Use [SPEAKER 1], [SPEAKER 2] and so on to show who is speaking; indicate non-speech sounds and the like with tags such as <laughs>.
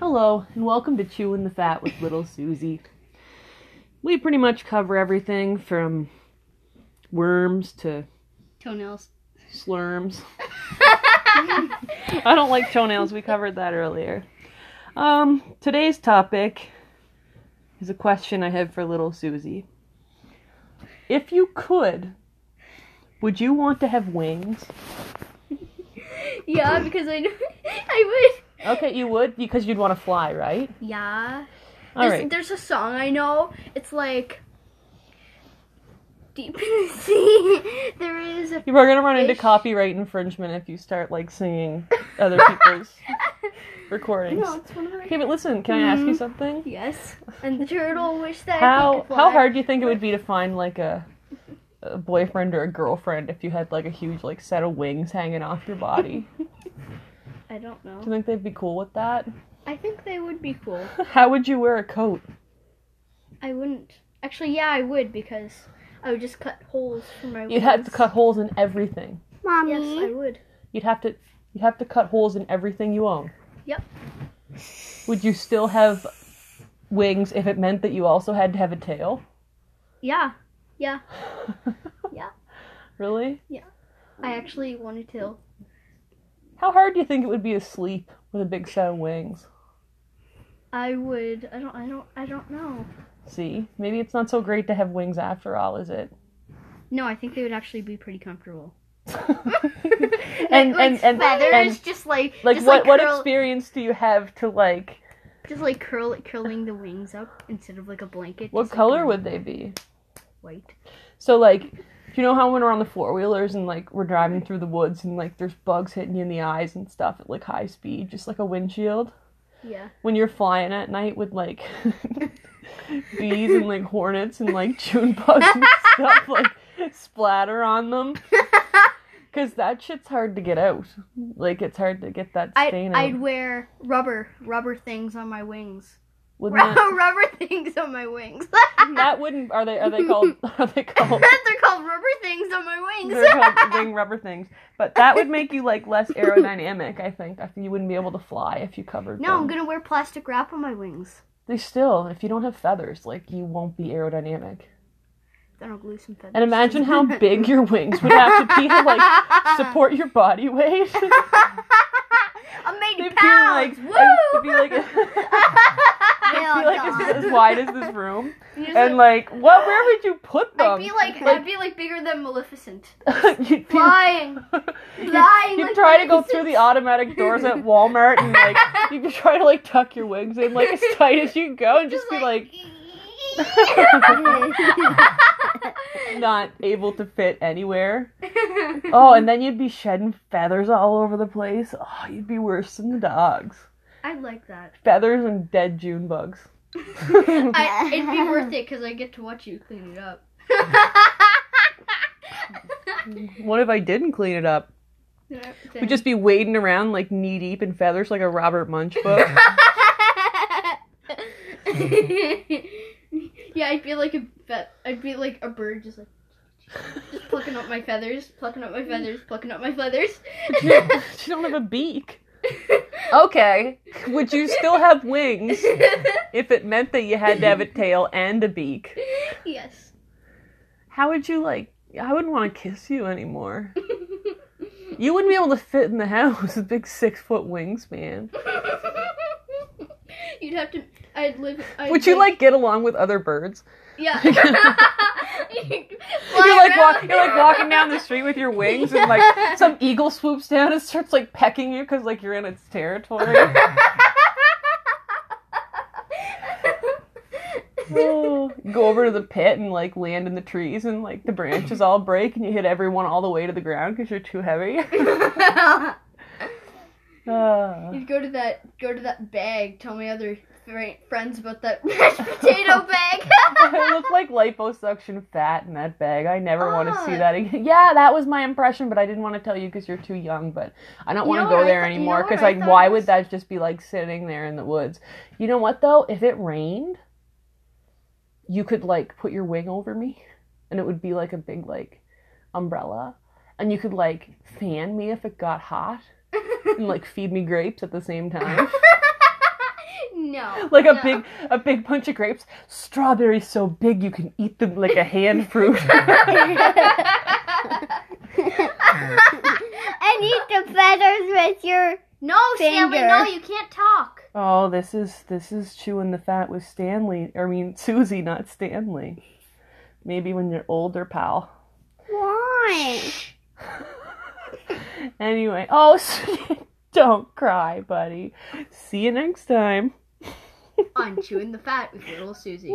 [SPEAKER 1] Hello, and welcome to Chewing the Fat with Little Susie. We pretty much cover everything from worms to
[SPEAKER 2] Toenails.
[SPEAKER 1] slurms. I don't like toenails. We covered that earlier. Um, today's topic is a question I have for little Susie. If you could, would you want to have wings?
[SPEAKER 2] yeah, because I <laughs> I
[SPEAKER 1] Okay, you would because you'd want to fly, right?
[SPEAKER 2] would. Yeah.
[SPEAKER 1] All
[SPEAKER 2] there's,
[SPEAKER 1] right.
[SPEAKER 2] there's a song I know. It's like deep in the sea. <laughs> There is a <laughs>
[SPEAKER 1] You're gonna run into
[SPEAKER 2] fish.
[SPEAKER 1] copyright infringement if you start like singing other people's
[SPEAKER 2] <laughs>
[SPEAKER 1] recordings.
[SPEAKER 2] No, it's Mm-hmm. one of
[SPEAKER 1] Okay,
[SPEAKER 2] my.
[SPEAKER 1] but listen, can I ask you something?
[SPEAKER 2] Yes. And the turtle wished that he
[SPEAKER 1] How
[SPEAKER 2] could fly.
[SPEAKER 1] how hard do you think it would be to find like a, a boyfriend or a girlfriend if you had like a huge like set of wings hanging off your
[SPEAKER 2] <laughs>
[SPEAKER 1] body?
[SPEAKER 2] I don't
[SPEAKER 1] Do you
[SPEAKER 2] know.
[SPEAKER 1] think they'd be cool with that? <laughs>
[SPEAKER 2] I think they would be cool.
[SPEAKER 1] How would you wear a coat?
[SPEAKER 2] I wouldn't. Actually, yeah, I would because I would just cut holes for my.
[SPEAKER 1] You'd have to
[SPEAKER 2] wings.
[SPEAKER 1] cut holes in everything.
[SPEAKER 2] Yes, I would.
[SPEAKER 1] You'd have to you'd have to cut holes in everything you own.
[SPEAKER 2] Yep.
[SPEAKER 1] Would you still have wings if it meant that you also had to have a
[SPEAKER 2] <laughs>
[SPEAKER 1] tail? <laughs>
[SPEAKER 2] Yeah. Yeah.
[SPEAKER 1] Really?
[SPEAKER 2] I actually wanted to.
[SPEAKER 1] How hard do you think it would be to sleep with a big set of wings?
[SPEAKER 2] I would. I don't. I don't. I don't know.
[SPEAKER 1] See, maybe it's not so great to have wings after all, is
[SPEAKER 2] <laughs>
[SPEAKER 1] it?
[SPEAKER 2] No, I think they would actually be pretty comfortable.
[SPEAKER 1] and,
[SPEAKER 2] like
[SPEAKER 1] and, and,
[SPEAKER 2] feathers,
[SPEAKER 1] and
[SPEAKER 2] just like
[SPEAKER 1] like
[SPEAKER 2] just
[SPEAKER 1] what
[SPEAKER 2] like
[SPEAKER 1] what
[SPEAKER 2] curl,
[SPEAKER 1] experience do you have to like?
[SPEAKER 2] just like curl curling the wings up instead of like a blanket.
[SPEAKER 1] What
[SPEAKER 2] just, like,
[SPEAKER 1] color
[SPEAKER 2] a
[SPEAKER 1] would they be?
[SPEAKER 2] white?
[SPEAKER 1] So like, you know how when we're on the four wheelers and like we're driving through the woods and like there's bugs hitting you in the eyes and stuff at like high speed, just like a windshield. <laughs>
[SPEAKER 2] Yeah. <laughs>
[SPEAKER 1] When you're flying at night with like <laughs> bees and like hornets and like June bugs
[SPEAKER 2] <laughs>
[SPEAKER 1] and stuff like splatter on them. Cause that shit's hard to get out. Like it's hard to get that
[SPEAKER 2] I'd,
[SPEAKER 1] stain out.
[SPEAKER 2] <laughs> I'd wear rubber rubber things on my wings. <laughs>
[SPEAKER 1] Wouldn't
[SPEAKER 2] Rubber,
[SPEAKER 1] that,
[SPEAKER 2] rubber things on my wings. <laughs>
[SPEAKER 1] that wouldn't are they are they called <laughs> are they called
[SPEAKER 2] They're called rubber things on my wings.
[SPEAKER 1] They're called wing rubber things. But that would make you like less aerodynamic, I think. I think you wouldn't be able to fly if you covered
[SPEAKER 2] <laughs> no, I'm
[SPEAKER 1] them.
[SPEAKER 2] gonna wear plastic wrap on my wings.
[SPEAKER 1] They still, if you don't have feathers, like you won't be aerodynamic.
[SPEAKER 2] Then I'll glue some feathers.
[SPEAKER 1] And imagine how
[SPEAKER 2] <laughs>
[SPEAKER 1] big your wings would have to be to like support your body weight. <laughs>
[SPEAKER 2] <laughs> I'm made
[SPEAKER 1] It'd
[SPEAKER 2] of
[SPEAKER 1] be like
[SPEAKER 2] pounds. Woo!
[SPEAKER 1] it'd be
[SPEAKER 2] <laughs>
[SPEAKER 1] like <laughs> it'd be like as, as wide as
[SPEAKER 2] <laughs>
[SPEAKER 1] this room.
[SPEAKER 2] And you're
[SPEAKER 1] And like what where would you put them?
[SPEAKER 2] I'd be like, I'd be like bigger
[SPEAKER 1] <laughs>
[SPEAKER 2] than Maleficent.
[SPEAKER 1] you'd be <laughs>
[SPEAKER 2] Flying, flying.
[SPEAKER 1] You
[SPEAKER 2] like
[SPEAKER 1] try to go
[SPEAKER 2] Maleficent.
[SPEAKER 1] through the automatic doors at Walmart and
[SPEAKER 2] <laughs>
[SPEAKER 1] like you can try to like tuck your wings in like as tight as you can go and just be like not able to fit anywhere. <laughs> Oh, and then you'd be shedding feathers all over the place. Oh, you'd be worse than the dogs.
[SPEAKER 2] I like that.
[SPEAKER 1] <laughs> Feathers and dead June bugs.
[SPEAKER 2] <laughs> I, it'd be worth it because I get to watch you clean it up.
[SPEAKER 1] <laughs>
[SPEAKER 2] <laughs>
[SPEAKER 1] what if I didn't clean it up? We'd just be wading around like knee deep in feathers like a Robert Munch book.
[SPEAKER 2] <laughs> yeah, I'd be like a fe- I'd be like a bird, just like just plucking up my feathers, plucking up my feathers, plucking up my feathers.
[SPEAKER 1] <laughs> she don't have a beak. Okay. Oh, Would you still have wings if it meant that you had to have a tail and a beak?
[SPEAKER 2] yes.
[SPEAKER 1] How would you like? I wouldn't want to kiss you anymore. You wouldn't be able to fit in the <laughs> house with big six foot wingspan.
[SPEAKER 2] You'd have to. I'd live. I'd
[SPEAKER 1] Would you
[SPEAKER 2] live-
[SPEAKER 1] like get along with other birds? <laughs>
[SPEAKER 2] Yeah. <laughs>
[SPEAKER 1] You're
[SPEAKER 2] you're
[SPEAKER 1] like walk, you're like walking down the street with your wings, and <laughs> like some eagle swoops down and starts like pecking you because like you're in its territory. Oh, <laughs> go over to the pit and like land in the trees and like the branches all break and you hit everyone all the way to the ground because you're too heavy. <laughs> Uh,
[SPEAKER 2] You'd go to that go to that bag. Tell my other fri- friends about that mashed potato bag.
[SPEAKER 1] <laughs> I look like liposuction fat in that bag. I never want to see
[SPEAKER 2] Ah.
[SPEAKER 1] that again. Yeah, that was my impression, but I didn't want to tell you because you're too young. But I don't
[SPEAKER 2] You
[SPEAKER 1] want to
[SPEAKER 2] know
[SPEAKER 1] go
[SPEAKER 2] what I
[SPEAKER 1] there
[SPEAKER 2] thought- you know
[SPEAKER 1] anymore
[SPEAKER 2] what
[SPEAKER 1] because
[SPEAKER 2] I
[SPEAKER 1] like,
[SPEAKER 2] thought
[SPEAKER 1] why
[SPEAKER 2] it
[SPEAKER 1] would
[SPEAKER 2] was?
[SPEAKER 1] that just be like sitting there in the woods? You know what though? If it rained, you could like put your wing over me, and it would be like a big like umbrella, and you could like
[SPEAKER 2] <laughs>
[SPEAKER 1] fan me if it got hot, and like feed me grapes at the same time. <laughs>
[SPEAKER 2] no.
[SPEAKER 1] Like a
[SPEAKER 2] no.
[SPEAKER 1] big a big bunch of grapes. Strawberries so big you can eat them like a hand fruit.
[SPEAKER 3] and eat the feathers with your.
[SPEAKER 2] no, Stanley,
[SPEAKER 3] Finger.
[SPEAKER 2] no, you can't talk.
[SPEAKER 1] oh, this is this is chewing the fat with Stanley. I mean Susie, not Stanley. Maybe when you're older, pal. <laughs>
[SPEAKER 3] Why?
[SPEAKER 1] Anyway, oh, <laughs> don't cry, buddy. See you next time.
[SPEAKER 2] on chewing the fat with little Susie.